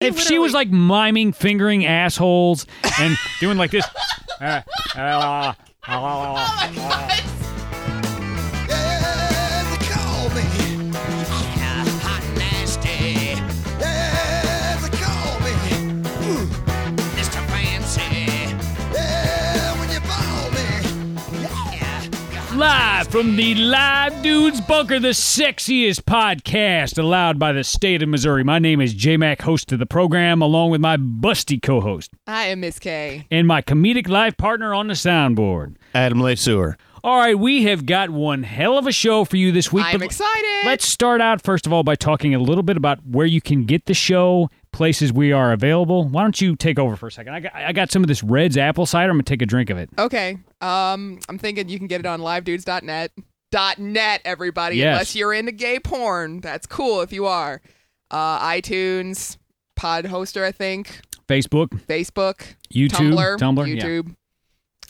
if she was like miming fingering assholes and doing like this, Yeah, they call me. Yeah, hot nasty. Yeah, they call me. Ooh. Mr. Fancy. Yeah, when you ball me. Yeah, you're hot. live from the Live Dudes Bunker, the sexiest podcast allowed by the state of Missouri. My name is J Mac, host of the program, along with my busty co-host I am Miss K. and my comedic life partner on the soundboard. Adam Lesueur. All right, we have got one hell of a show for you this week. I'm but- excited. Let's start out, first of all, by talking a little bit about where you can get the show, places we are available. Why don't you take over for a second? I got, I got some of this Red's apple cider. I'm going to take a drink of it. Okay. Um, I'm thinking you can get it on livedudes.net. Dot .net, everybody. Yes. Unless you're into gay porn, that's cool if you are. Uh, iTunes, Pod Hoster, I think, Facebook, Facebook, YouTube, Tumblr, yeah. YouTube.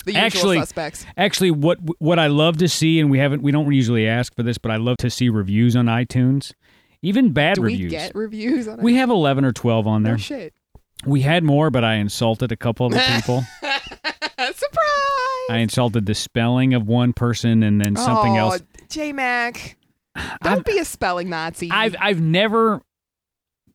The usual Actually- suspects. Actually, what what I love to see, and we haven't, we don't usually ask for this, but I love to see reviews on iTunes, even bad Do reviews. we get reviews on We have 11 or 12 on it? there. Oh, shit. We had more, but I insulted a couple of the people. Surprise! I insulted the spelling of one person and then something oh, else. J Mac. Don't be a spelling Nazi. I've I've never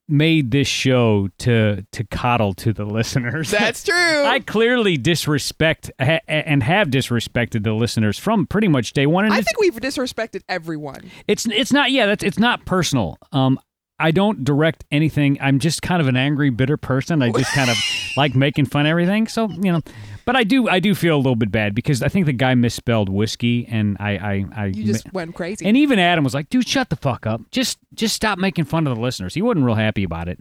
made this show to to coddle to the listeners. That's true. I clearly disrespect ha- and have disrespected the listeners from pretty much day one. And I it's, think we've disrespected everyone. it's it's not yeah that's it's not personal. Um, I don't direct anything. I'm just kind of an angry, bitter person. I just kind of like making fun of everything. So you know, but I do I do feel a little bit bad because I think the guy misspelled whiskey, and I I, I You just went crazy. And even Adam was like, "Dude, shut the fuck up. Just just stop making fun of the listeners." He wasn't real happy about it.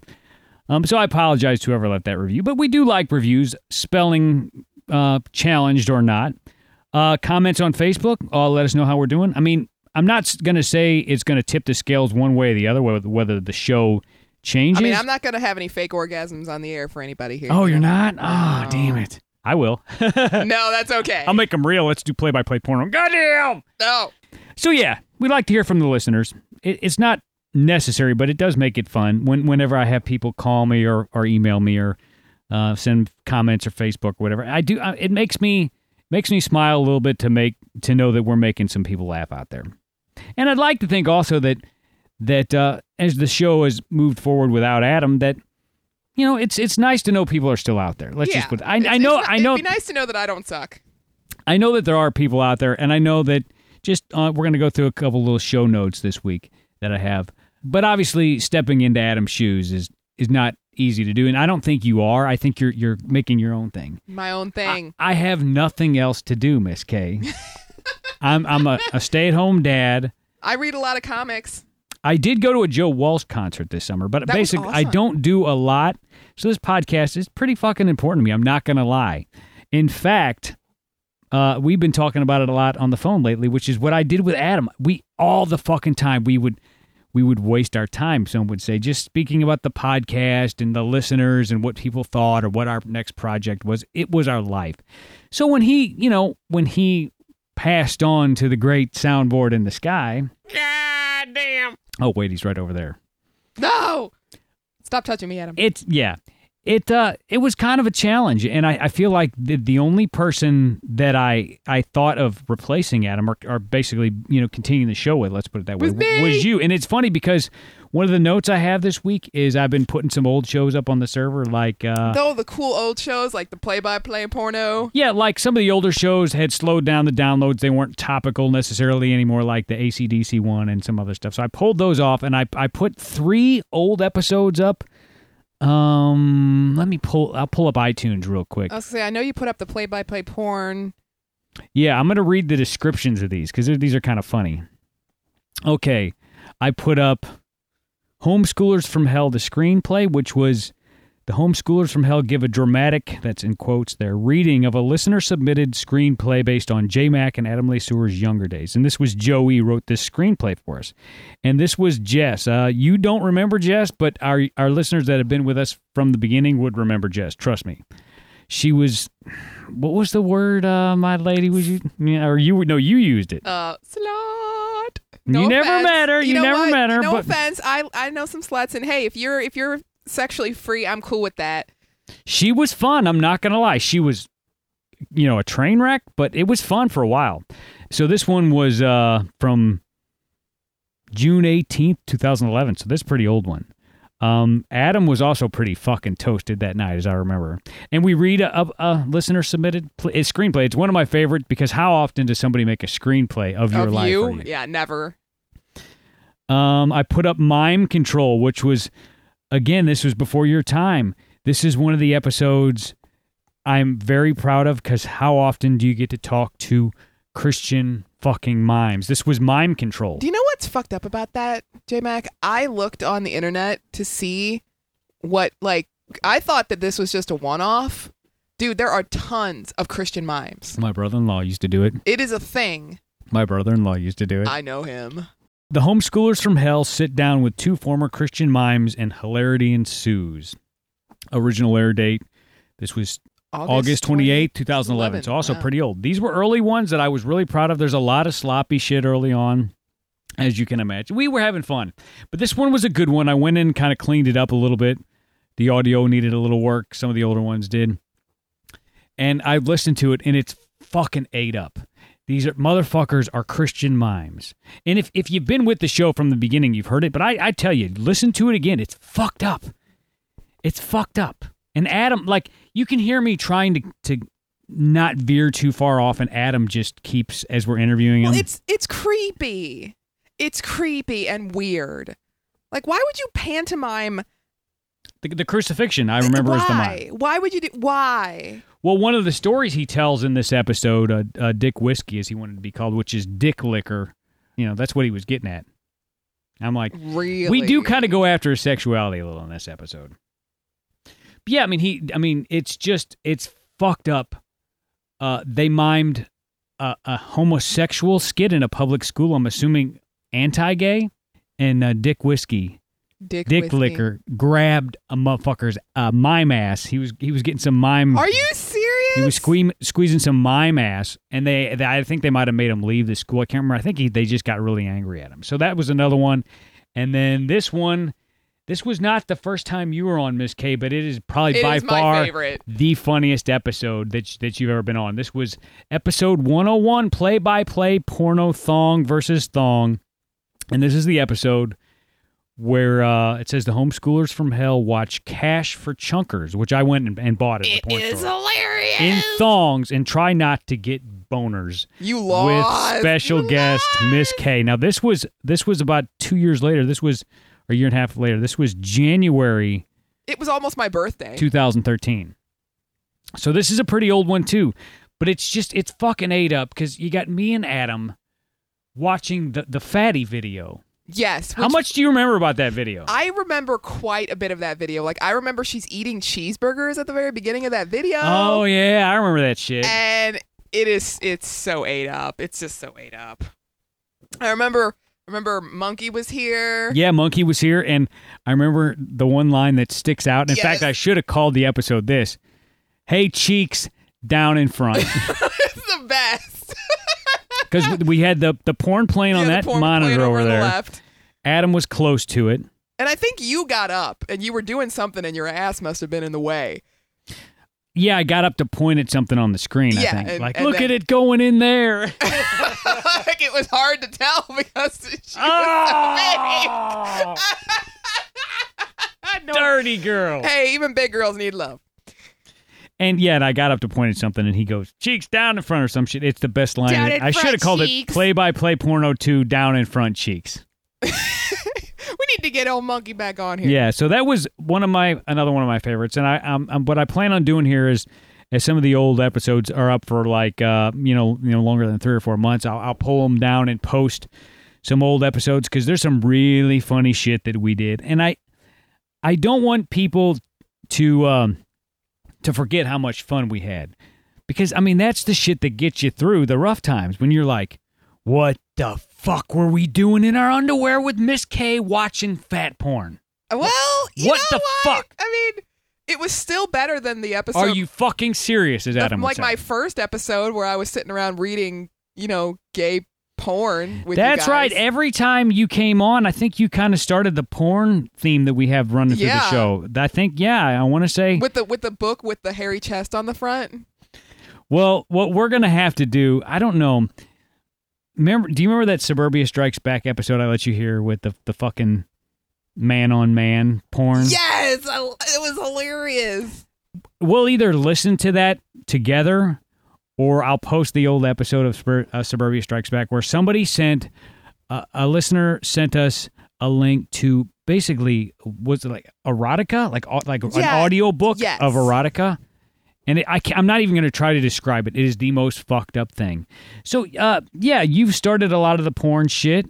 Um, so I apologize to whoever left that review, but we do like reviews, spelling uh, challenged or not. Uh, comments on Facebook, uh, let us know how we're doing. I mean, I'm not going to say it's going to tip the scales one way or the other, whether, whether the show changes. I mean, I'm not going to have any fake orgasms on the air for anybody here. oh, you're not? Oh, damn it. I will. no, that's okay. I'll make them real. Let's do play by play porn. Goddamn! no. So yeah, we like to hear from the listeners. It, it's not necessary, but it does make it fun when whenever I have people call me or, or email me or uh, send comments or Facebook or whatever. I do. I, it makes me makes me smile a little bit to make to know that we're making some people laugh out there. And I'd like to think also that that uh, as the show has moved forward without Adam, that you know it's it's nice to know people are still out there. Let's yeah. just put. I, It's- I know. it's- I know. It'd be nice to know that I don't suck. I know that there are people out there, and I know that just uh, we're going to go through a couple little show notes this week that I have. But obviously, stepping into Adam's shoes is is not easy to do, and I don't think you are. I think you're you're making your own thing. My own thing. I have nothing else to do, Miss K. I'm I'm a, a stay at home dad. I read a lot of comics. I did go to a Joe Walsh concert this summer, but That was basically I awesome. don't do a lot. So this podcast is pretty fucking important to me. I'm not going to lie. In fact, uh, we've been talking about it a lot on the phone lately, which is what I did with Adam. We all the fucking time we would we would waste our time. Some would say just speaking about the podcast and the listeners and what people thought or what our next project was. It was our life. So when he, you know, when he passed on to the great soundboard in the sky. God damn. Oh wait, he's right over there. No. Stop touching me, Adam. It's yeah. It uh it was kind of a challenge, and I, I feel like the, the only person that I I thought of replacing Adam or, or basically you know continuing the show with, let's put it that way, Was me. was you. And it's funny because one of the notes I have this week is I've been putting some old shows up on the server, like uh, Though the cool old shows like the play-by-play porno. yeah, like some of the older shows had slowed down the downloads. They weren't topical necessarily anymore, like the ACDC one and some other stuff. So I pulled those off and I, I put three old episodes up. Um, let me pull, I'll pull up iTunes real quick. I was gonna say, I know you put up the play-by-play porn. Yeah, I'm going to read the descriptions of these because these are kind of funny. Okay, I put up Homeschoolers from Hell, the screenplay, which was the Homeschoolers from Hell give a dramatic, that's in quotes there, reading of a listener submitted screenplay based on J Mac and Adam LeSueur's younger days. And this was Joey wrote this screenplay for us. And this was Jess. Uh, you don't remember Jess, but our, our listeners that have been with us from the beginning would remember Jess. Trust me. She was what was the word uh my lady was you yeah, or you no you used it Uh, slut. No You never offense. met her. You know never what? met her, No but- offense. I I know some sluts, and hey, if you're if you're sexually free. I'm cool with that. She was fun. I'm not going to lie. She was, you know, a train wreck, but it was fun for a while. So this one was uh, from June 18th, 2011. So this pretty old one. Um, Adam was also pretty fucking toasted that night, as I remember. And we read a, a, a listener submitted pl- it's screenplay. It's one of my favorite because how often does somebody make a screenplay of your of life? you? or you? Yeah, never. Um, I put up Mime Control, which was, again, this was before your time. This is one of the episodes I'm very proud of because how often do you get to talk to Christian fucking mimes? This was Mime Control. Do you know what's fucked up about that, J Mac? I looked on the internet to see what like I thought that this was just a one off. Dude, there are tons of Christian mimes. My brother in law used to do it. It is a thing. My brother in law used to do it. I know him. the homeschoolers from hell sit down with two former Christian mimes and hilarity ensues. Original air date. This was August twenty eighth, 2011. So also Wow. pretty old. These were early ones that I was really proud of. There's a lot of sloppy shit early on, as you can imagine. We were having fun. But this one was a good one. I went in and kind of cleaned it up a little bit. The audio needed a little work. Some of the older ones did. And I listened to it and it's fucking ate up. These are, motherfuckers are Christian mimes. And if, if you've been with the show from the beginning, you've heard it. But I, I tell you, listen to it again. It's fucked up. It's fucked up. And Adam, like, you can hear me trying to, to not veer too far off, and Adam just keeps, as we're interviewing him. Well, it's it's creepy. It's creepy and weird. Like, why would you pantomime? the, the crucifixion, I remember, is the mime. why? Why would you do? Why? Well, one of the stories he tells in this episode, uh, uh, Dick Whiskey, as he wanted to be called, which is Dick Liquor, you know, that's what he was getting at. I'm like, Really? we do kind of go after his sexuality a little in this episode. But yeah, I mean he I mean it's just it's fucked up. Uh they mimed a, a homosexual skit in a public school, I'm assuming anti-gay and uh, Dick Whiskey, dick, Dick whiskey. Liquor grabbed a motherfucker's uh, mime ass. He was he was getting some mime Are you serious? he was squeam, squeezing some mime ass, and they, they- I think they might have made him leave the school. I can't remember. I think he, they just got really angry at him. So that was another one. And then this one, this was not the first time you were on Miss K, but it is probably It by is my far favorite. the funniest episode that that you've ever been on. This was episode 101, play by play, porno thong versus thong, and this is the episode where uh, it says the homeschoolers from hell watch Cash for Chunkers, which I went and, and bought at It the porn is store hilarious. in thongs and try not to get boners you with lost. special You guest Miss lost. K. Now this was this was about two years later. This was or a year and a half later. This was January It was almost my birthday. 2013. So this is a pretty old one too, but it's just it's fucking ate up because you got me and Adam watching the the fatty video. yes. How which much do you remember about that video? I remember quite a bit of that video. Like I remember she's eating cheeseburgers at the very beginning of that video. oh yeah, I remember that shit. and it is it's so ate up. It's just so ate up. I remember remember Monkey was here. Yeah, Monkey was here, and I remember the one line that sticks out. In Yes. fact, I should have called the episode this. Hey, cheeks down in front, It's the best. because we had the the porn playing on Yeah, the that porn monitor playing over on the there. left. Adam was close to it. And I think you got up and you were doing something and your ass must have been in the way. Yeah, I got up to point at something on the screen. I Yeah, think, and- like, and look then- at it going in there. like it was hard to tell because she was oh, so big. No- dirty girl. Hey, even big girls need love. And yet, I got up to point at something, and he goes, "Cheeks down in front" or some shit. It's the best line. Down in it. in I should have front, called it cheeks. "Play by Play Porno Two Down in Front Cheeks." We need to get old monkey back on here. Yeah, so that was one of my another one of my favorites, and I um, um what I plan on doing here is, as some of the old episodes are up for like uh you know you know longer than three or four months, I'll, I'll pull them down and post some old episodes because there's some really funny shit that we did, and I I don't want people to um to forget how much fun we had because I mean that's the shit that gets you through the rough times when you're like, what the fuck were we doing in our underwear with Miss K watching fat porn? Well, you What know the fuck? I mean, it was still better than the episode. Are you fucking serious? Is the- Adam would like say. my first episode where I was sitting around reading, you know, gay porn with you That's right. guys. Every time you came on, I think you kind of started the porn theme that we have running Yeah. through the show. I think, yeah, I want to say. with the with the book with the hairy chest on the front. Well, what we're gonna have to do, I don't know. Remember? Do you remember that Suburbia Strikes Back episode I let you hear with the the fucking man on man porn? Yes, I, it was hilarious. We'll either listen to that together, or I'll post the old episode of Spur- uh, Suburbia Strikes Back where somebody sent uh, a listener sent us a link to basically was it like erotica, like au- like an Yeah. audio book Yes. of erotica. And it, I ca I'm not even going to try to describe it. It is the most fucked up thing. So, uh, yeah, you've started a lot of the porn shit.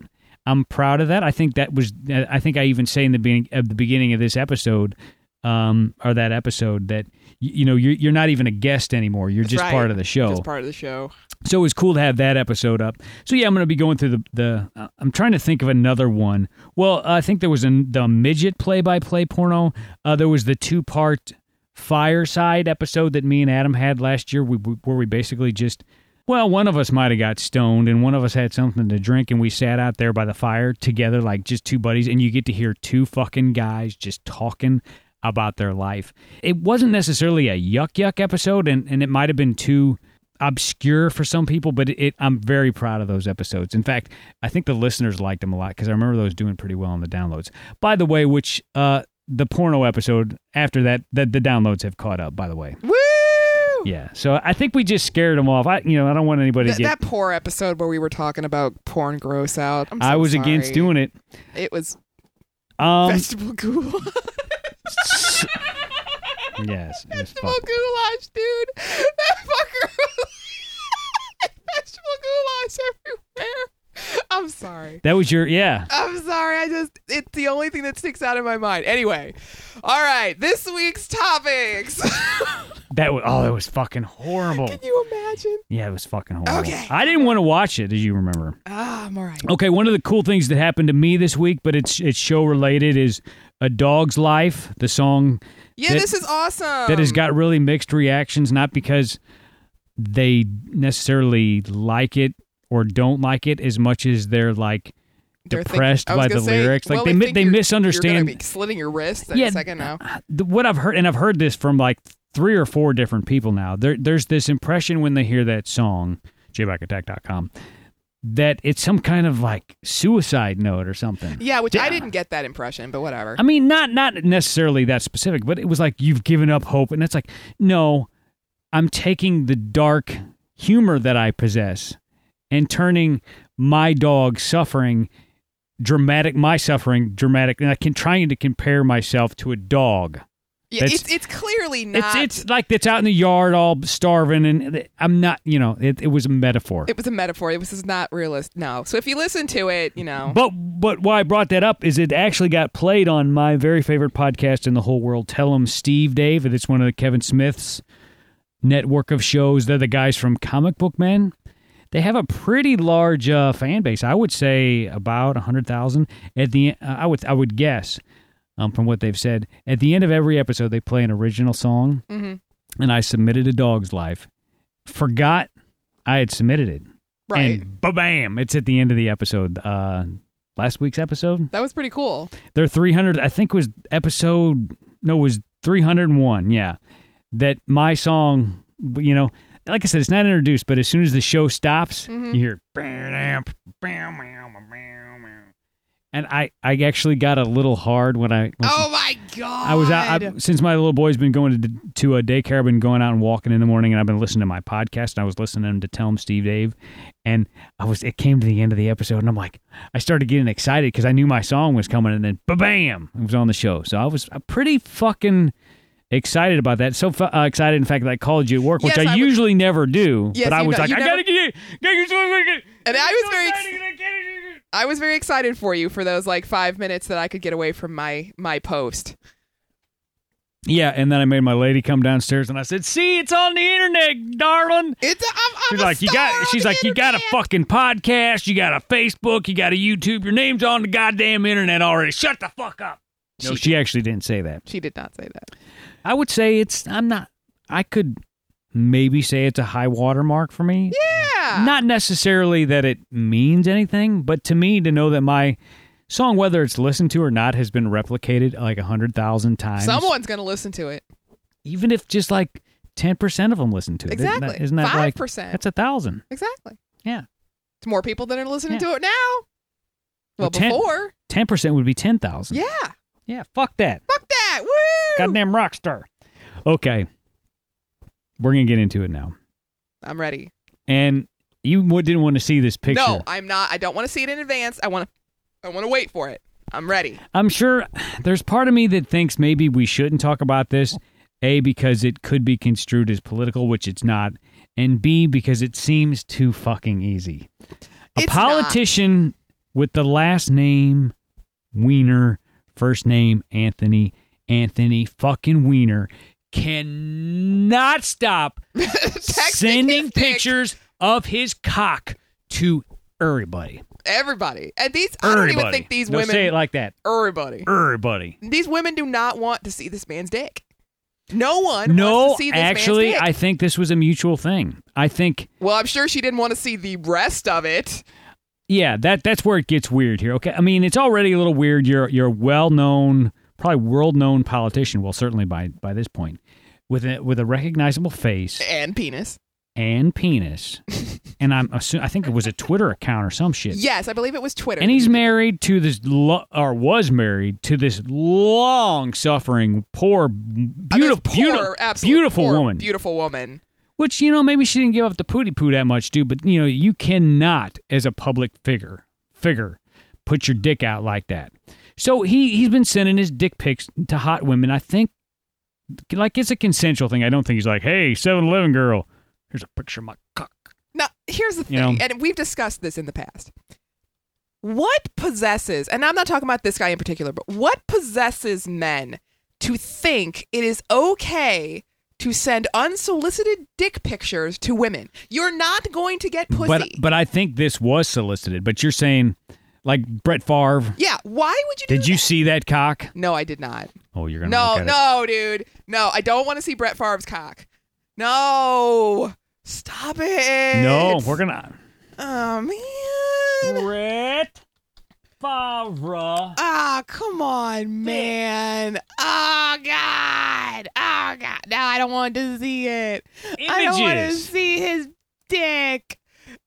I'm proud of that. I think that was. I think I even say in the beginning, at the beginning of this episode, um, or that episode, that y- you know you're you're not even a guest anymore. You're just right. part of the show. Just part of the show. So it was cool to have that episode up. So yeah, I'm going to be going through the the. Uh, I'm trying to think of another one. Well, uh, I think there was an, the midget play-by-play porno. Uh, there was the two-part fireside episode that me and Adam had last year, we, we- where we basically just. Well, one of us might have got stoned, and one of us had something to drink, and we sat out there by the fire together, like just two buddies, and you get to hear two fucking guys just talking about their life. It wasn't necessarily a yuck yuck episode, and, and it might have been too obscure for some people, but it, I'm very proud of those episodes. In fact, I think the listeners liked them a lot because I remember those doing pretty well on the downloads. By the way, which uh, the porno episode after that, that the downloads have caught up. By the way, Woo! yeah. So I think we just scared them off. I, you know, I don't want anybody That, to get. that poor episode where we were talking about porn gross out. I'm so I was sorry. against doing it. it. Was Um, vegetable goulash. yes. it was vegetable fucked. goulash, dude. That fucker. was- vegetable goulash everywhere. I'm sorry. That was your yeah. I'm sorry. I just it's the only thing that sticks out in my mind. Anyway, all right. This week's topics. That was oh, that was fucking horrible. Can you imagine? Yeah, it was fucking horrible. Okay. I didn't want to watch it, as you remember. Ah, I'm all right. Okay, one of the cool things that happened to me this week, but it's it's show related, is a dog's life. The song Yeah, That- this is awesome. that has got really mixed reactions, not because they necessarily like it or don't like it as much as they're like They're thinking- depressed I was by gonna the say, lyrics. Like well, they I mi- think they you're- You're misunderstand gonna be slitting your wrists in Yeah, a second now. the- what I've heard, and I've heard this from like three or four different people now. There, there's this impression when they hear that song, jbackattack.com, that it's some kind of like suicide note or something. Yeah, which Yeah. Uh, I didn't get that impression, but whatever. I mean, not not necessarily that specific, but it was like you've given up hope, and it's like, no, I'm taking the dark humor that I possess and turning my dog suffering dramatic, my suffering dramatic, and I can trying to compare myself to a dog. yeah, that's- it's it's clearly not. It's it's like it's out in the yard, all starving, and th- I'm not, you know, it, it was a metaphor. it was a metaphor. It was just not realist. No. So if you listen to it, you know. But but why I brought that up is it actually got played on my very favorite podcast in the whole world, Tell 'em Steve Dave, and it's one of Kevin Smith's network of shows. They're the guys from Comic Book Men. They have a pretty large uh, fan base. I would say about hundred thousand. At the uh, I would I would guess um, from what they've said. At the end of every episode, they play an original song, Mhm. and I submitted a dog's life. Forgot I had submitted it. right. And ba bam, it's at the end of the episode. Uh, last week's episode, that was pretty cool. their 300, I think was episode, no, it was 301. Yeah. That my song, you know, like I said, it's not introduced, but as soon as the show stops, you hear, "Bam, bam, bam, bam, bam." and I, I actually got a little hard when I, when Oh my god. I was out I, since my little boy's been going to, to a daycare. I've been going out and walking in the morning, and I've been listening to my podcast. And I was listening to Tell Him Steve Dave, and I was. It came to the end of the episode, and I'm like, I started getting excited because I knew my song was coming, and then ba bam, it was on the show. So I was uh, pretty fucking excited about that. So fu- uh, excited, in fact, that I called you at work, which Yes, I, I was- usually never do. Yes, but I you was know- like, you I never- gotta get, gotta get something. And I was very ex- I was very excited for you for those like 5 minutes that I could get away from my my post. yeah. And then I made my lady come downstairs, and I said, "See, it's on the internet, darling." It's a, I'm, I'm She's a like, you star got. on She's the like, you got a internet." fucking podcast. You got a Facebook. You got a YouTube. Your name's on the goddamn internet already. Shut the fuck up. No, she, actually didn't say that. She did not say that. I would say it's. I'm not. I could maybe say it's a high watermark for me. Yeah. Not necessarily that it means anything, but to me, to know that my song, whether it's listened to or not, has been replicated like a hundred thousand times. Someone's going to listen to it. even if just like ten percent of them listen to it, Isn't that- Exactly. Isn't that like 5%. That's a thousand. Exactly. Yeah, It's more people that are listening Yeah. to it now. Well, Well, 10 before. ten percent would be ten thousand. Yeah. yeah. Fuck that. Fuck that. Woo! Goddamn rock star. Okay, we're gonna get into it now. I'm ready. And you w- didn't want to see this picture. No, I'm not. I don't want to see it in advance. I want to. I want to wait for it. I'm ready. I'm sure there's part of me that thinks maybe we shouldn't talk about this. A, because it could be construed as political, which it's not. And B, because it seems too fucking easy. A It's politician with the last name Wiener, first name Anthony, Anthony fucking Wiener cannot stop Texting sending his dick. pictures of his cock to everybody. Everybody. And these. I don't even Everybody. think these Don't women. say it like that. everybody. Everybody. These women do not want to see this man's dick. No one No, wants to see this actually, man's dick. I think this was a mutual thing. I think, well, I'm sure she didn't want to see the rest of it. yeah, that that's where it gets weird here. Okay, I mean, it's already a little weird. You're you're a well known, probably world known politician. Well, certainly by by this point, with a with a recognizable face And penis. and penis, and I'm assu- I think it was a Twitter account or some shit. Yes, I believe it was Twitter. Uh, And he's married to this, lo- or was married to this long suffering, poor, I mean, beautiful, it's poor, beautiful, absolute beautiful poor, woman. Beautiful woman. Which, you know, maybe she didn't give up the pooty poo that much, dude, but you know, you cannot as a public figure figure put your dick out like that. So he he's been sending his dick pics to hot women. I think like it's a consensual thing. I don't think he's like, hey, 7 Eleven girl, here's a picture of my cock. Now, here's the thing, You know. and we've discussed this in the past. What possesses, and I'm not talking about this guy in particular, but what possesses men to think it is okay to send unsolicited dick pictures to women? You're not going to get pussy. But but I think this was solicited. But you're saying like Brett Favre, yeah, why would you do did you see that cock? that? No, I did not. Oh, you're going to No, look at it. no, dude. No, I don't want to see Brett Favre's cock. No. Stop it. No, we're going to Oh, man. Brett Favre Ah, come on, man. Oh God. Oh God. No, I don't want to see it. I don't want to images. see his dick.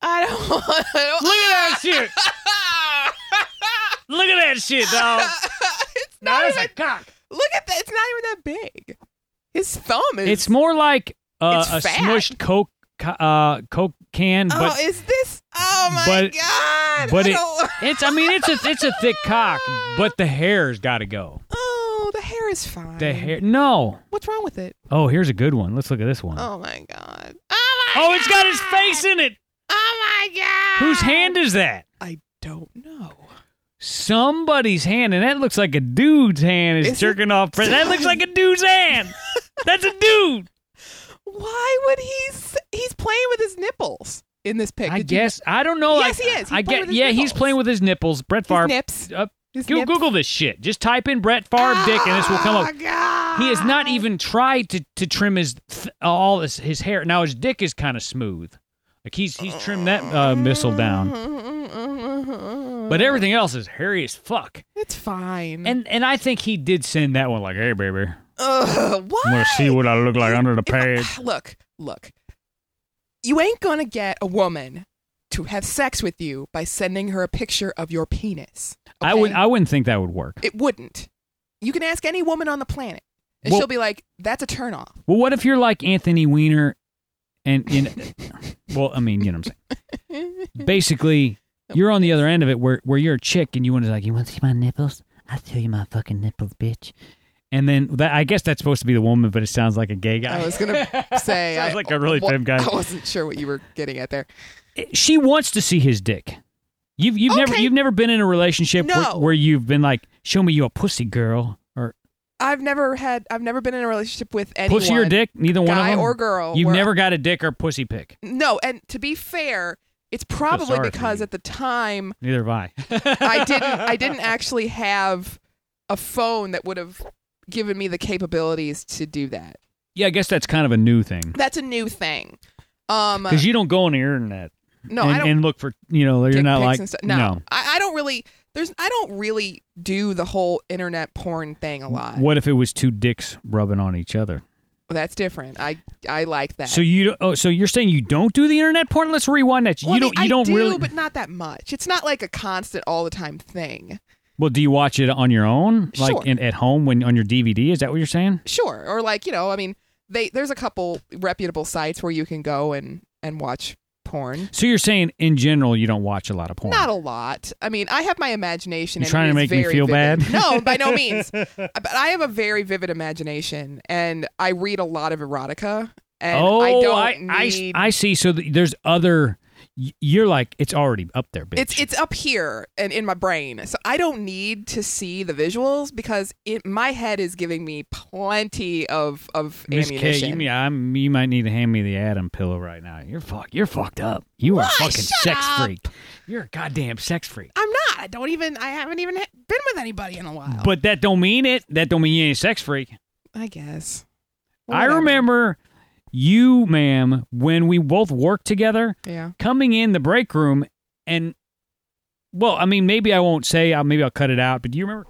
I don't Look want at that shit. to Look at that shit, dog. It's Now not that's even a cock. look at that it's not even that big. His thumb is It's more like uh, It's a fat. smushed Coke ca- uh, Coke can, Oh, but is this Oh my but- god. but I it- don't- it's. I mean, it's a it's a thick cock, but the hair's got to go. Oh, the hair is fine. The hair. No. What's wrong with it? Oh, here's a good one. Let's look at this one. Oh my god. Oh my Oh, it's got his God. face in it. Oh my god. Whose hand is that? I don't know. Somebody's hand, and that looks like a dude's hand is, Is it- jerking off. That looks like a dude's hand. That's a dude. Why would he? S- he's playing with his nipples in this pic. I Did you- guess I don't know. Yes, I, he is. He's I playing get. with his yeah, he's nipples. playing with his nipples. Brett his Favre. nips. Uh, His Go- nips. Google this shit. Just type in Brett Favre dick and this will come up. Oh, God. He has not even tried to to trim his th- all his, his hair. Now his dick is kind of smooth. Like he's he's trimmed that uh, missile down, But but everything else is hairy as fuck. it's fine. And and I think he did send that one like, "Hey baby, Ugh, why? I'm gonna see what I look like under the If I- page." look, look. You ain't gonna get a woman to have sex with you by sending her a picture of your penis. I would okay? I wouldn't think that would work. It wouldn't. You can ask any woman on the planet, and Well- she'll be like, "That's a turnoff." Well, what if you're like Anthony Weiner, and in well, I mean, you know what I'm saying. basically you're on the other end of it where where you're a chick and you want to like you want to see my nipples i'll show you my fucking nipples bitch and then that i guess that's supposed to be the woman but it sounds like a gay guy I was gonna say Sounds I, like a really wa- femme guy. I wasn't sure what you were getting at there. Eh, she wants to see his dick you've you've never Okay. you've never been in a relationship No. where, where you've been like show me you a pussy girl or I've never had. I've never been in a relationship with anyone. pussy or dick neither one of guy them or girl, you've where- never got a dick or pussy pick No, and to be fair, it's probably sorry for because you. at the time neither have i I didn't. I didn't actually have a phone that would have given me the capabilities to do that. yeah i guess that's kind of a new thing That's a new thing. Um, because you don't go on the internet No, and, I don't. and look for you know you're dick not pics like and stuff. no. No, I, I don't really. There's I don't really do the whole internet porn thing a lot. What if it was two dicks rubbing on each other? That's different. I I like that. So you don't- oh so you're saying you don't do the internet porn? Let's rewind that. you Well, I mean, don't you I don't do, really but not that much. It's not like a constant all the time thing. Well, do you watch it on your own? Like Sure. in, at home when on your DVD? Is that what you're saying? Sure, or like you know, I mean, they there's a couple reputable sites where you can go and and watch porn. So you're saying in general you don't watch a lot of porn. Not a lot. I mean, I have my imagination. You and trying it to is make me very feel vivid. bad? No, by no means. But I have a very vivid imagination, and I read a lot of erotica. And oh, I don't I, I s- need. I see. So th- there's other. y- You're like it's already up there, bitch. it's it's up here and in my brain, so I don't need to see the visuals because it, my head is giving me plenty of of Miss K, ammunition. you, yeah, I'm, you might need to hand me the Adam pillow right now. You're fuck. You're fucked up. You are a fucking sex up. freak. You're a goddamn sex freak. I'm not. I don't even. I haven't even ha- been with anybody in a while. But that don't mean it. That don't mean you ain't a sex freak. I guess. I Whatever. remember you, ma'am, when we both worked together. Yeah. coming in the break room and well, I mean, maybe I won't say. Uh, maybe I'll cut it out. But do you remember?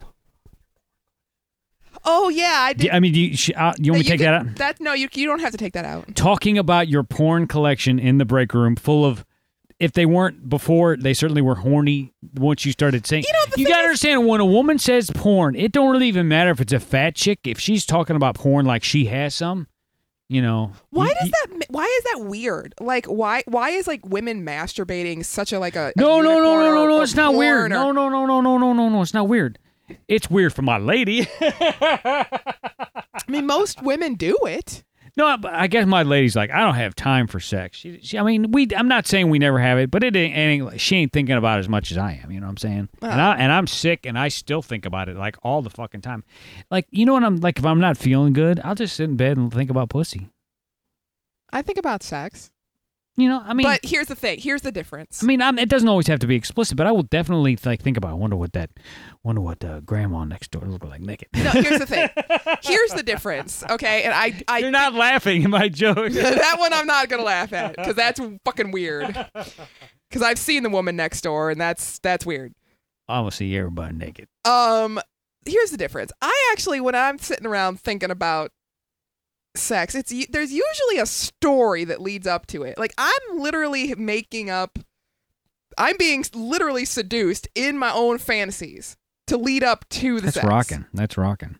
Oh yeah, I did. Do, I mean, do you, sh- uh, you want me to You take that out? could- That no, you you don't have to take that out. Talking about your porn collection in the break room, full of if they weren't before, they certainly were horny. Once you started saying, you, know, the thing gotta is- understand when a woman says porn, it don't really even matter if it's a fat chick. If she's talking about porn like she has some, you know, Why you- does you- that? ma- Why is that weird? Like, why? Why is like women masturbating such a like a? a No, no, no, no, unicorn no, or- no. or It's not porn weird. or- No, no, no, no, no, no, no, no. It's not weird. It's weird for my lady. I mean, most women do it. No, I, I guess my lady's like, I don't have time for sex. She, she, I mean, we. I'm not saying we never have it, but it ain't, it ain't. like- She ain't thinking about it as much as I am. You know what I'm saying? And I and I'm sick, and I still think about it like all the fucking time. Like you know what I'm like. If I'm not feeling good, I'll just sit in bed and think about pussy. I think about sex, You know, I mean, but here's the thing. Here's the difference. I mean, I'm, it doesn't always have to be explicit, but I will definitely like think about. I wonder what that, wonder what uh, grandma next door look like naked. no, here's the thing. Here's the difference. Okay, and I, I You're not laughing at my joke. that one I'm not gonna laugh at because that's fucking weird. Because I've seen the woman next door, and that's that's weird. I want to see everybody naked. Um, here's the difference. I actually, when I'm sitting around thinking about sex, it's u- there's usually a story that leads up to it. Like I'm literally making up. I'm being literally seduced in my own fantasies to lead up to the That's sex. rocking. That's rocking.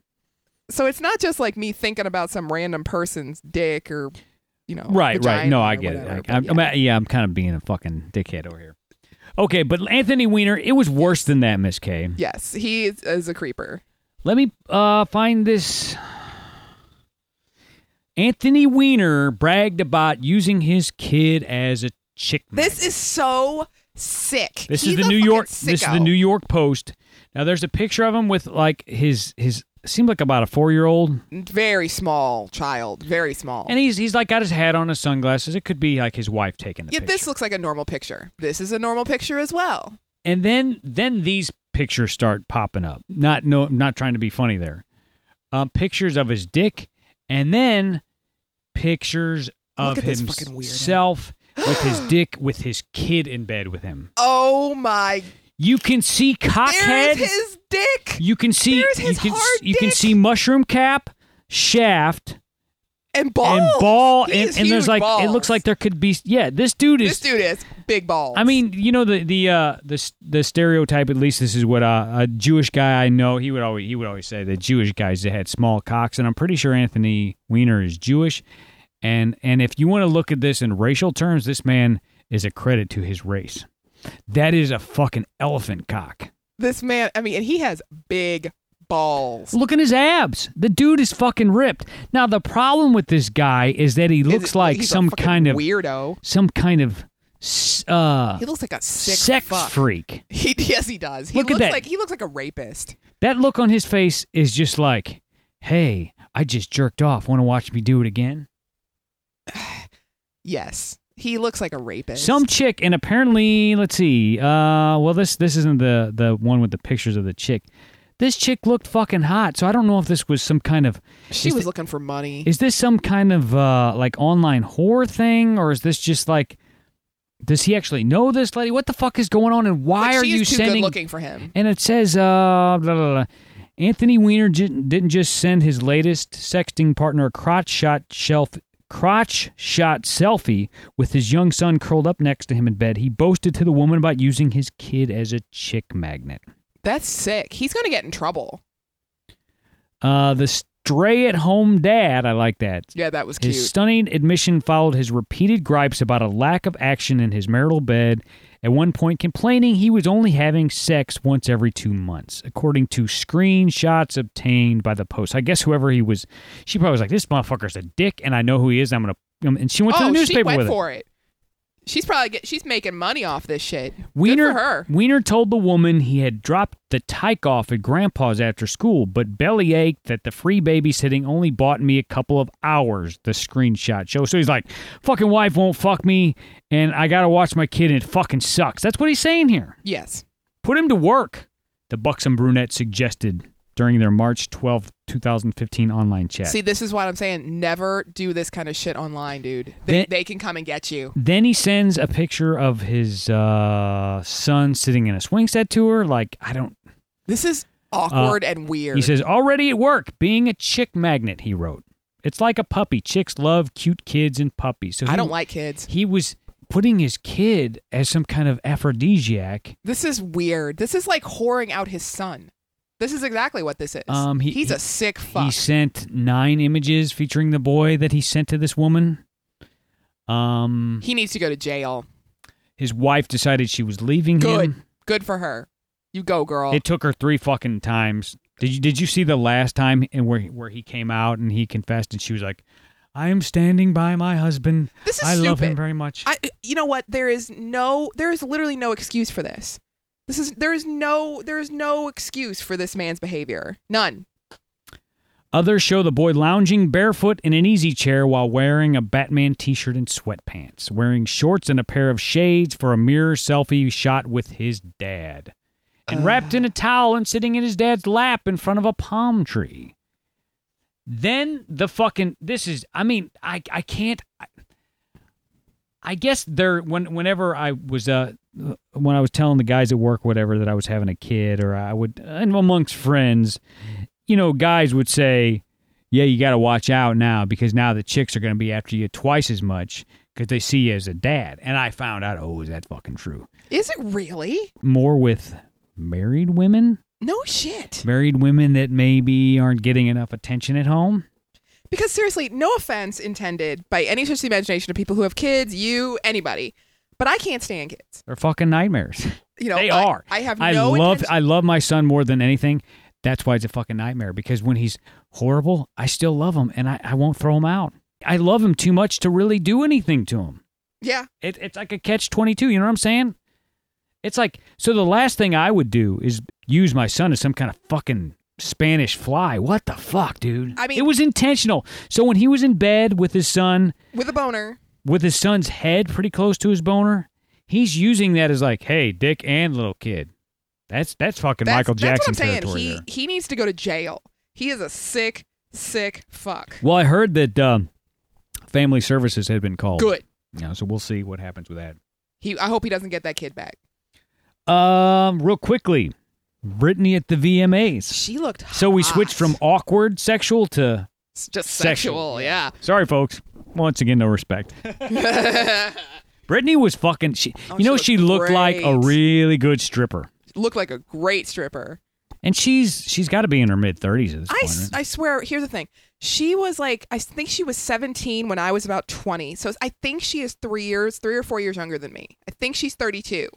So it's not just like me thinking about some random person's dick or, you know, right right no vagina i or get it whatever, I, but I'm, yeah. I'm, a- yeah i'm kind of being a fucking dickhead over here okay but anthony weiner it was worse than that miss k Yes, he is, is a creeper. let me uh find this anthony weiner bragged about using his kid as a chick magnet. This is so sick. This He's is a the New fucking York. This is the sicko. New York Post. Now there's a picture of him with like his his seemed like about a four year old, very small child, very small. and he's he's like got his hat on, his sunglasses. It could be like his wife taking the yeah, picture. this looks like a normal picture. This is a normal picture as well. and then then these pictures start popping up. Not no, I'm not trying to be funny there. Um, pictures of his dick, and then pictures of Look at this fucking weirdo. himself with his dick with his kid in bed with him. Oh my! You can see cockhead. There's his dick you can see there's his you can s- hard you can dick. see mushroom cap, shaft, and ball and ball, He and, has and there's huge like it balls. looks like there could be yeah. This dude this is dude is big balls. I mean, you know the the uh, the s- the stereotype. At least this is what uh, a Jewish guy I know. He would always he would always say that Jewish guys that had small cocks, and I'm pretty sure Anthony Weiner is Jewish. And and if you want to look at this in racial terms, this man is a credit to his race. That is a fucking elephant cock. this man. I mean, and he has big balls. Look at his abs. The dude is fucking ripped. Now the problem with this guy is that he Is looks it- like he's a some fucking kind of weirdo. some kind of s- uh, He looks like a sick sex fuck. freak. He, yes, he does. He Look at looks that. like he looks like a rapist. That look on his face is just like, hey, I just jerked off. Want to watch me do it again? Yes, he looks like a rapist. Some chick, and apparently, let's see. Uh, well, this this isn't the the one with the pictures of the chick. This chick looked fucking hot, so I don't know if this was some kind of she is was thi- looking for money. is this some kind of uh like online whore thing, or is this just like Does he actually know this lady? What the fuck is going on? And why Like, are she you is too sending? good looking for him? And it says, uh, blah, blah, blah. Anthony Weiner j- didn't just send his latest sexting partner a crotch shot shelf crotch shot selfie with his young son curled up next to him in bed. He boasted to the woman about using his kid as a chick magnet. That's sick. He's gonna get in trouble. Uh, the stray at home dad, I like that. Yeah, that was cute. His stunning admission followed his repeated gripes about a lack of action in his marital bed, at one point complaining he was only having sex once every two months, according to screenshots obtained by the Post. I guess whoever he was, she probably was like, This motherfucker's a dick, and I know who he is. I'm going to. And she went to oh, the she newspaper went with it. for it. She's probably get, she's making money off this shit. Wiener, Good for her. Wiener told the woman he had dropped the tyke off at Grandpa's after school, but belly ached that the free babysitting only bought me a couple of hours, the screenshot shows. So he's like, fucking wife won't fuck me, and I gotta watch my kid, and it fucking sucks. That's what he's saying here. Yes. Put him to work, the buxom brunette suggested during their March twelfth, two 2015 online chat. See, this is what I'm saying. Never do this kind of shit online, dude. They, Then- they can come and get you. Then he sends a picture of his uh, son sitting in a swing set to her. Like, I don't. This is awkward and weird. Uh, He says, already at work, being a chick magnet, he wrote. It's like a puppy. Chicks love cute kids and puppies. So he, I don't like kids. He was putting his kid as some kind of aphrodisiac. This is weird. This is like whoring out his son. This is exactly what this is. Um, he- He's he- a sick fuck. He sent nine images featuring the boy that he sent to this woman. Um, He needs to go to jail. his wife decided she was leaving Good. Oh. him. Good for her. You go, girl. It took her three fucking times. Did you did you see the last time and where where he came out and he confessed and she was like, "I am standing by my husband. This is I love him stupid. very much." I, you know what? There is no, there is literally no excuse for this. This is there is no, there is no excuse for this man's behavior. None. Others show the boy lounging barefoot in an easy chair while wearing a Batman t shirt and sweatpants, wearing shorts and a pair of shades for a mirror selfie shot with his dad, and wrapped in a towel and sitting in his dad's lap in front of a palm tree. Then the fucking this is I mean I I can't I, I guess there when whenever I was uh when I was telling the guys at work whatever that I was having a kid or I would and amongst friends you know, guys would say, yeah, you got to watch out now because now the chicks are going to be after you twice as much because they see you as a dad. And I found out, oh, is that fucking true? Is it really? More with married women, No shit. married women that maybe aren't getting enough attention at home. Because seriously, no offense intended by any stretch of the imagination to people who have kids, you, anybody, but I can't stand kids. They're fucking nightmares. You know, they I, are. I have I no. love. intention- I love my son more than anything. That's why it's a fucking nightmare. Because when he's horrible, I still love him, and I, I won't throw him out. I love him too much to really do anything to him. yeah. It, it's like a catch 22. You know what I'm saying? It's like, so the last thing I would do is use my son as some kind of fucking Spanish fly. What the fuck, dude? I mean- it was intentional. So when he was in bed with his son, with a boner. with his son's head pretty close to his boner, he's using that as like, hey, dick and little kid. That's that's fucking That's, Michael that's what Jackson I'm saying. territory. He there. he needs to go to jail. He is a sick, sick fuck. Well, I heard that um, family services had been called. Good. Yeah, so we'll see what happens with that. He. I hope he doesn't get that kid back. Um, real quickly, Brittany at the VMAs. She looked. So we switched hot. from awkward sexual to It's just sexual. sexual. Yeah. sorry, folks. Once again, no respect. Brittany was fucking. She, Oh, you know, she she looked looked like a great. really good stripper, looked like a great stripper. and she's she's got to be in her mid thirties at this I, point. s- right? I swear. Here's the thing. She was like, I think she was 17 when I was about 20. So I think she is three years, three or four years younger than me. I think she's 32.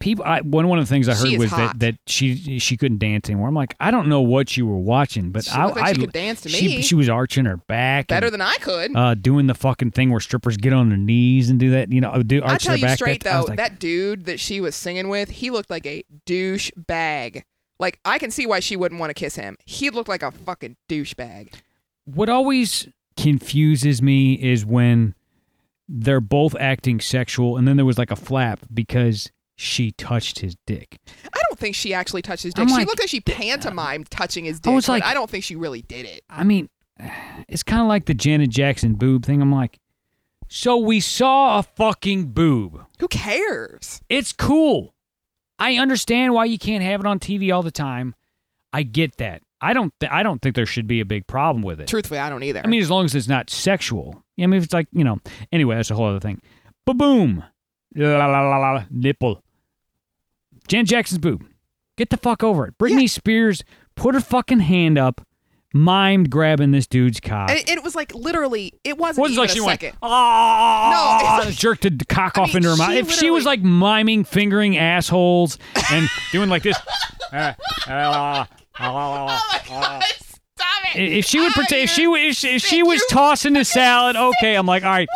People, I, one one of the things I She heard is was that hot. that she she couldn't dance anymore. I'm like, I don't know what you were watching, but She I looked like I, she could dance to she, me. she was arching her back, Better and, than I could. uh, doing the fucking thing where strippers get on their knees and do that. You know, uh, do I arch tell their you back. straight That- I though, was like, that dude that she was singing with, he looked like a douche bag. Like I can see why she wouldn't want to kiss him. He looked like a fucking douchebag. what always confuses me is when they're both acting sexual and then there was like a flap because she touched his dick. I don't think she actually touched his dick. I'm she like- looked like she pantomimed touching his I dick. was but like- I don't think she really did it. I mean, it's kind of like the Janet Jackson boob thing. I'm like, So we saw a fucking boob. Who cares? It's cool. I understand why you can't have it on TV all the time. I get that. I don't. Th- I don't think there should be a big problem with it. Truthfully, I don't either. I mean, as long as it's not sexual. I mean, if it's like you know. Anyway, that's a whole other thing. Ba boom, la la la la la nipple. Jan Jackson's boob. Get the fuck over it. Britney Spears put her fucking hand up, mimed grabbing this dude's cock. And it, it was like literally, it wasn't Wasn't even like a she went, second. ah, No, it's like- jerked the cock I off mean, into her mouth. she If she was literally- like miming, fingering assholes, and doing like this, uh, uh, uh, oh my god! Stop it! if she would pretend, if she would, wa- if she, if she sick, was you tossing the salad, okay, I'm like, all right.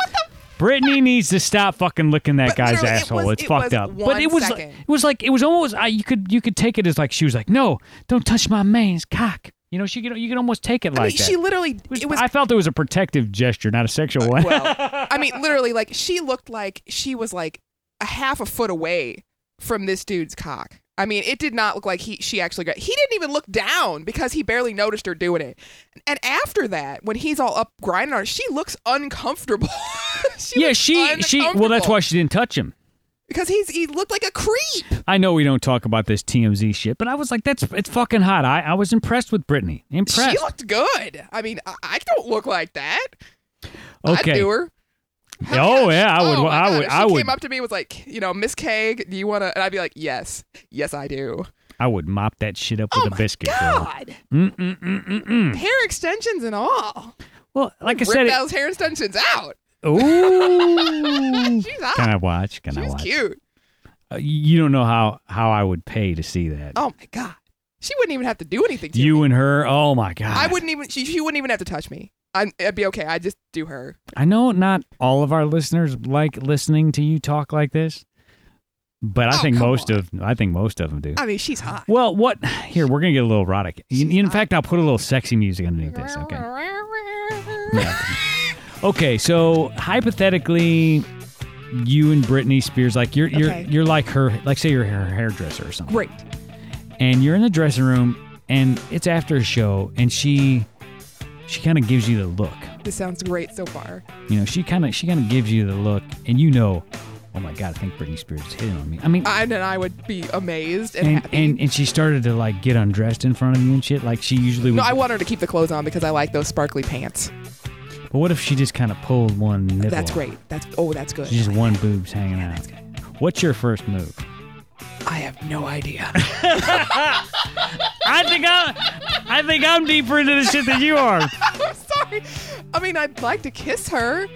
Brittany needs to stop fucking licking that But guy's literally, it asshole. was- it's it fucked was up. one But it was, like, second. it was like it was almost I, you could you could take it as like she was like, no, don't touch my man's cock. You know, she could you could almost take it I mean, like that. she literally, It was- it was Uh, I felt it was a protective gesture, not a sexual one. well. I mean, literally, like she looked like she was like a half a foot away from this dude's cock. I mean, it did not look like he she actually got. He didn't even look down because he barely noticed her doing it. And after that, when he's all up grinding on her, she looks uncomfortable. she yeah, looks she she. Well, that's uncomfortable. why she didn't touch him. because he's he looked like a creep. I know we don't talk about this TMZ shit, but I was like, that's it's fucking hot. I, I was impressed with Brittany. Impressed. She looked good. I mean, I, I don't look like that. okay. I'd do her. Oh, yeah, I would- my I God. would- If I she would- came up to me and was like, you know, Miss Keg, do you want to? And I'd be like, yes, yes, I do. I would mop that shit up oh with a my biscuit. girl. God, Mm-mm-mm-mm-mm. hair extensions and all. Well, like I Rip Hmm. said, it, those hair extensions out. ooh, She's hot. can I watch? Can I She's watch? cute. Uh, you don't know how how I would pay to see that. Oh my God, she wouldn't even have to do anything to me. you and her. Oh my god! I wouldn't even. She, she wouldn't even have to touch me. I'd, I'd be okay. I'd just do her. I know not all of our listeners like listening to you talk like this, but I Oh, think come most on. Oh. of I think most of them do. I mean, she's hot. Well, what? Here, we're gonna get a little erotic. In, in fact, I'll put a little sexy music underneath this. Okay. Okay. So hypothetically, you and Britney Spears, like you're you're Okay. you're like her, like say you're her hairdresser or something, Great. and you're in the dressing room, and it's after a show, and she she kind of gives you the look. This sounds great so far. You know, she kind of she kind of gives you the look, and you know, oh my god, I think Britney Spears is hitting on me. I mean, I and I would be amazed and, and, happy. and and she started to like get undressed in front of you and shit, like she usually would. no, I do. want her to keep the clothes on because I like those sparkly pants. But what if she just kind of pulled one nipple? That's out? great. That's oh, that's good. Just one boob's hanging out. What's your first move? I have no idea. I think I, I think I'm deeper into this shit than you are. I'm sorry. I mean, I'd like to kiss her.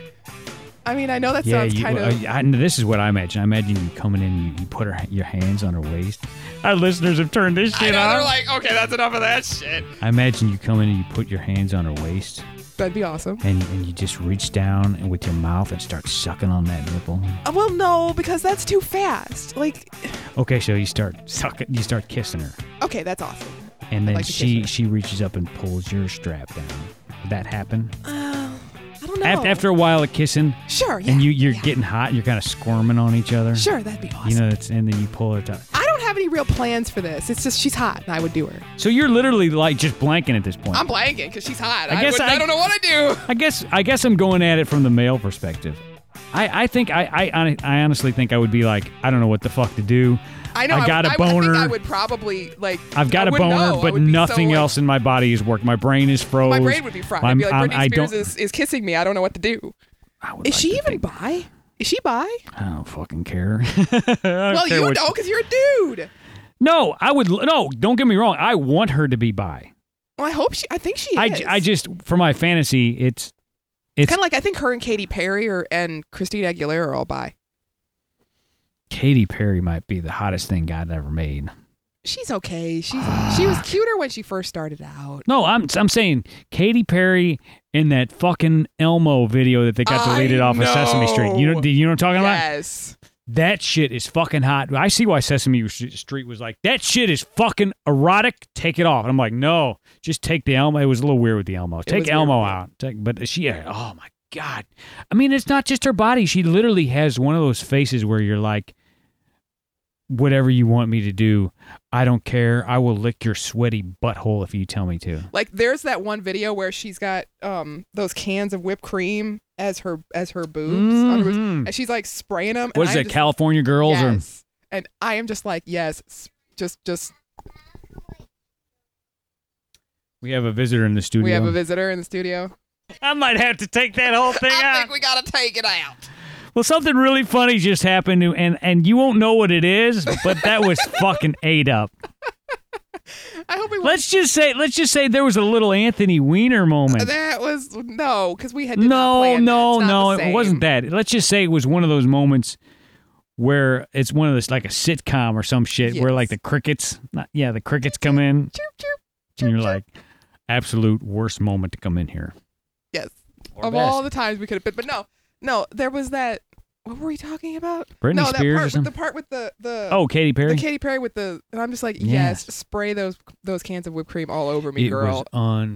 I mean, I know that yeah, sounds you, kind uh, of. I, this is what I imagine. I imagine you coming in, you, you put her, your hands on her waist. Our listeners have turned this I shit know, on. they're like, okay, that's enough of that shit. I imagine you come in and you put your hands on her waist, That'd be awesome. and, and you just reach down and with your mouth and start sucking on that nipple. Uh, well, no, because that's too fast. Like, Okay, so you start sucking, you start kissing her, okay, that's awesome. and then like to kiss she her. she reaches up and pulls your strap down. Did that happen? Oh. Uh, I don't know. Af- After a while of kissing, sure, yeah, and you you're yeah. getting hot, you're kind of squirming on each other. sure, that'd be awesome. You know, it's, and then you pull her down. I don't have any real plans for this. It's just she's hot, and I would do her. So you're literally like just blanking at this point. I'm blanking because she's hot. I I, guess would, I- I, don't know what I do. I guess I guess I'm going at it from the male perspective. I, I think I, I hon- I honestly think I would be like I don't know what the fuck to do. I know. I got a a boner. I, think I would probably like. have got a a boner, but nothing else. else in my body is working. My brain is froze. My brain would be fried. I'd I'm- be like, I'm- Britney I Spears don't. is, is kissing me. I don't know what to do. I would Is like she to even think- bi? Is she bi? I don't fucking care. I don't well, care you what- know, because you're a dude. No, I would. No, don't get me wrong. I want her to be bi. Well, I hope she. I think she I, is. j- I just for my fantasy, it's it's kind of like I think her and Katy Perry or and Christina Aguilera are all bi. Katy Perry might be the hottest thing God ever made. She's okay. She's she was cuter when she first started out. No, I'm I'm saying Katy Perry in that fucking Elmo video that they got I deleted off of Sesame Street. You know, know. do you know what I'm talking about? Yes. That shit is fucking hot. I see why Sesame Street was like that. Shit is fucking erotic. Take it off. And I'm like, no, just take the Elmo. It was a little weird with the Elmo. Take was Elmo weird with it. out. Take, but she, oh my god. I mean, it's not just her body. She literally has one of those faces where you're like, whatever you want me to do. I don't care. I will lick your sweaty butthole if you tell me to. Like there's that one video where she's got um those cans of whipped cream as her as her boobs, under- Mhm. and she's like spraying them. What is and I'm it, just- California girls? Or, Yes. And I am just like yes, s- just just we have a visitor in the studio. we have a visitor in the studio. I might have to take that whole thing out. we gotta take it out. Well, something really funny just happened, to- and and you won't know what it is, but that was fucking ate up. I hope we. Let's just say, let's just say there was a little Anthony Weiner moment. That was no, because we had did not No, plan no, that. It's not no, the it same. wasn't that. Let's just say it was one of those moments where it's one of those like a sitcom or some shit where Yes. like the crickets, not, yeah, the crickets come in, Chirp, chirp. and you're like, absolute worst moment to come in here. Yes, Or of best. all the times we could have been, but no, no, there was that. What were we talking about? Britney no, Spears or that part with something? the part with the the oh, Katy Perry. the Katy Perry with the and I'm just like yes, Yes. spray those those cans of whipped cream all over me, it girl. was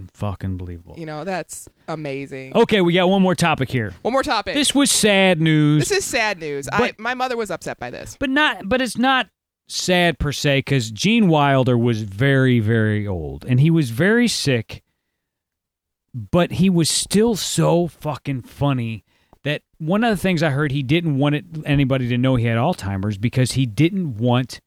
unfucking believable. You know that's amazing. Okay, we got one more topic here. One more topic. Oh, This was sad news. This is sad news. I But- my mother was upset by this. but not but it's not sad per se because gene wilder was very very old and he was very sick but he was still so fucking funny that one of the things i heard he didn't want it, anybody to know he had alzheimer's because he didn't want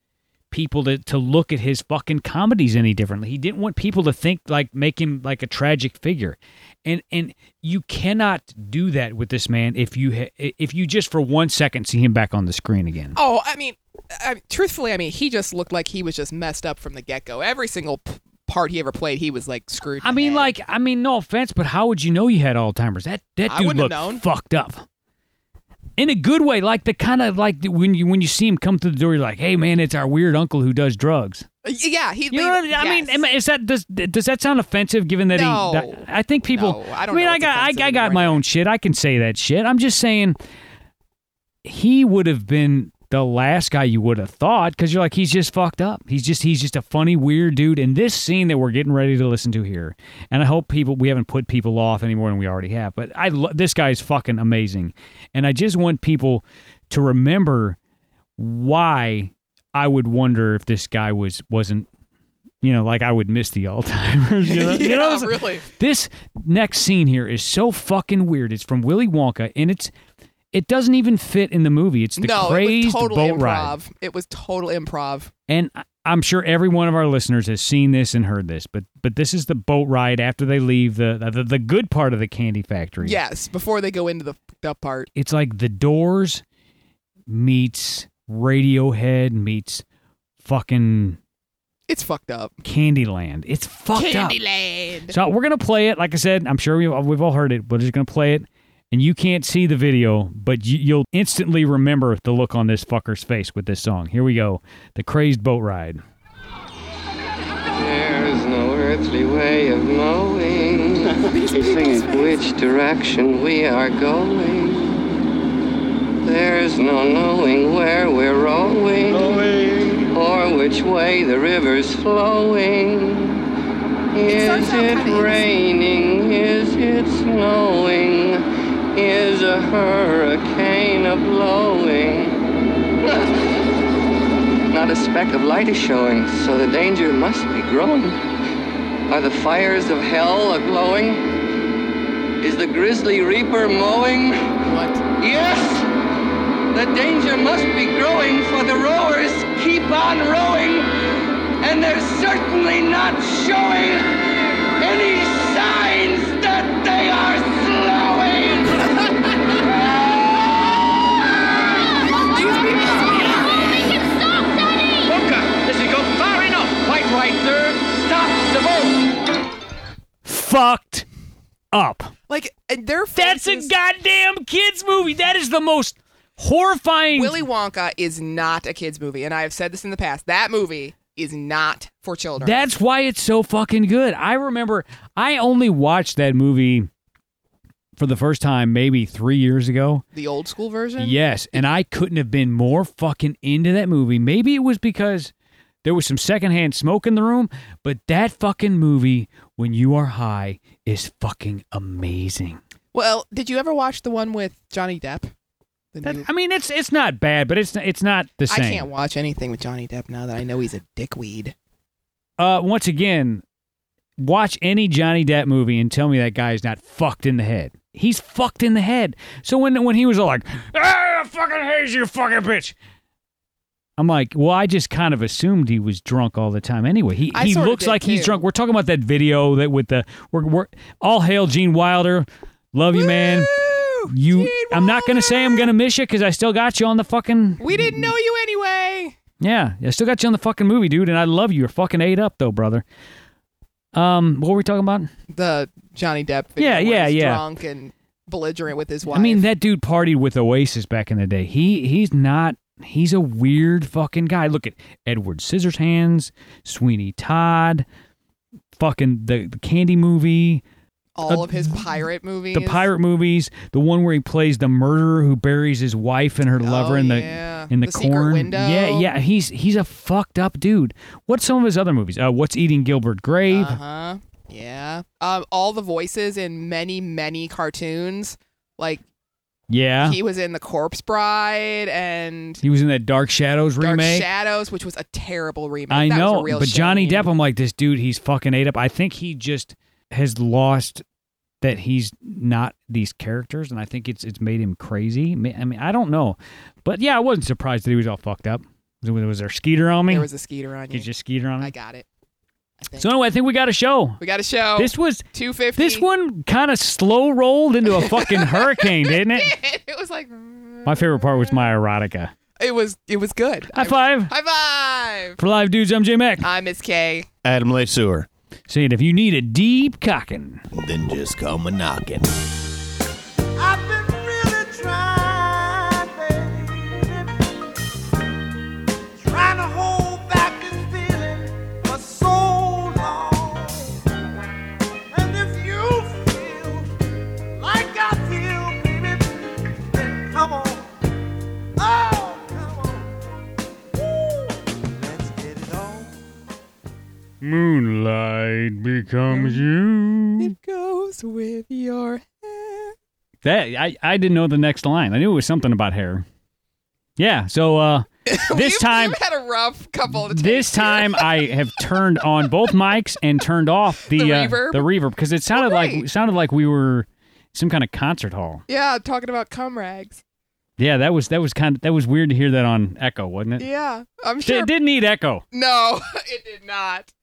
people to, to look at his fucking comedies any differently he didn't want people to think like make him like a tragic figure and and you cannot do that with this man if you ha- if you just for one second see him back on the screen again Oh, I mean, I, truthfully, I mean, he just looked like he was just messed up from the get go. Every single p- part he ever played, he was like screwed. I mean, Hey. like, I mean, no offense, but how would you know you had Alzheimer's? That that I dude wouldn't have looked known. fucked up. In a good way, like the kind of like the- when you when you see him come through the door, you're like, "Hey, man, it's our weird uncle who does drugs." yeah, he. You know what I mean? I mean, am I- is that does does that sound offensive? Given that No. he, that- I think people. No, I don't mean, know I what's got offensive I, I anymore got my own shit. I can say that shit. I'm just saying, he would have been the last guy you would have thought because you're like he's just fucked up. He's just he's just a funny weird dude. And this scene that we're getting ready to listen to here, and I hope people we haven't put people off any more than we already have. But I lo- this guy is fucking amazing, and I just want people to remember why I would wonder if this guy was wasn't. You know, like I would miss the Alzheimer's. You know, yeah, you know what I'm saying? really. This next scene here is so fucking weird. It's from Willy Wonka, and it's it doesn't even fit in the movie. It's the no, it crazed was total boat improv. ride, It was total improv. and I- I'm sure every one of our listeners has seen this and heard this. But but this is the boat ride after they leave the the, the good part of the candy factory. Yes, before they go into the fucked up part. it's like The Doors meets Radiohead meets fucking It's fucked up. Candyland. It's fucked up. Candyland. So we're gonna play it. Like I said, I'm sure we've, we've all heard it. We're just gonna play it, and you can't see the video, but you, you'll instantly remember the look on this fucker's face with this song. Here we go, the crazed boat ride. There's no earthly way of knowing in which direction we are going. There's no knowing where we're rolling, or which way the river's flowing. starts Is out it kinda raining? Is it snowing? Is a hurricane a blowing? Not a speck of light is showing, so the danger must be growing. Are the fires of hell a glowing? Is the grizzly reaper mowing? What? Yes! The danger must be growing, for the rowers keep on rowing, and they're certainly not showing any signs that they are slowing! Booker, does he go far enough? Quite right, sir. Stop the boat! Fucked up. Like and their That's a faces- goddamn kids movie. That is the most horrifying. Willy Wonka is not a kids movie, and I have said this in the past. That movie is not for children. That's why it's so fucking good. I remember I only watched that movie for the first time maybe three years ago. the old school version. Yes, and I couldn't have been more fucking into that movie. Maybe it was because there was some secondhand smoke in the room, but that fucking movie, when you are high, is fucking amazing. Well, did you ever watch the one with Johnny Depp? The That, new, I mean, it's it's not bad, but it's it's not the I same. can't watch anything with Johnny Depp now that I know he's a dickweed. uh, once again, watch any Johnny Depp movie and tell me that guy is not fucked in the head. He's fucked in the head. So when when he was all like, "Ah, I fucking hate you, fucking bitch," I'm like, well, I just kind of assumed he was drunk all the time anyway. He I he sorta looks did, like he's too. drunk. We're talking about that video that with the we're, we're all hail Gene Wilder, love you, man. Woo! You, Gene I'm not gonna say I'm Wilder! gonna miss you because I still got you on the fucking We didn't know you anyway. yeah, I still got you on the fucking movie, dude, and I love you. You're fucking ate up though, brother. Um, what were we talking about? The Johnny Depp. Video Yeah, where yeah, he's yeah. Drunk and belligerent with his wife. I mean, that dude partied with Oasis back in the day. He he's not he's a weird fucking guy. Look at Edward Scissorhands, Sweeney Todd, fucking the, the Candy movie, all uh, of his pirate movies. the pirate movies, the one where he plays the murderer who buries his wife and her lover in the Oh, yeah. in the, The Secret corn. Window. Yeah, yeah, he's he's a fucked up dude. What's some of his other movies? Uh, What's Eating Gilbert Grape? Uh huh. Yeah. Um, all the voices in many, many cartoons. Like yeah. he was in The Corpse Bride and He was in that Dark Shadows Dark remake. Shadows, which was a terrible remake. I That was a know, real but Johnny shame. Depp, I'm like this dude. He's fucking ate up. I think he just has lost that he's not these characters, and I think it's it's made him crazy. Ma- I mean, I don't know, but yeah, I wasn't surprised that he was all fucked up. Was, was there skeeter on me? There was a skeeter on Did you you. just skeeter on I me? got it. I think. So anyway, I think we got a show. we got a show. This was 250. this one kind of slow rolled into a fucking hurricane, didn't it? it was like mm, My favorite part was my erotica. it was it was good. High five High five. for live dudes. I'm J Mac. I'm Miss K. Adam Lesueur. Saying if you need a deep cocking. Then just come a knocking. I've been really trying, baby, trying to hold back this feeling for so long. And if you feel like I feel, baby, then come on, oh come on, Woo. let's get it on. Moonlight becomes you. It goes with your hair. That I, I didn't know the next line. I knew it was something about hair. Yeah, so uh this You've- time you've had a rough couple of this time I have turned on both mics and turned off the The uh, reverb? the reverb because it sounded like Alright. it sounded like we were some kind of concert hall. Yeah, talking about cum rags. Yeah, that was that was kind of that was weird to hear that on echo, wasn't it? Yeah, I'm It sure. did need echo. no, it did not.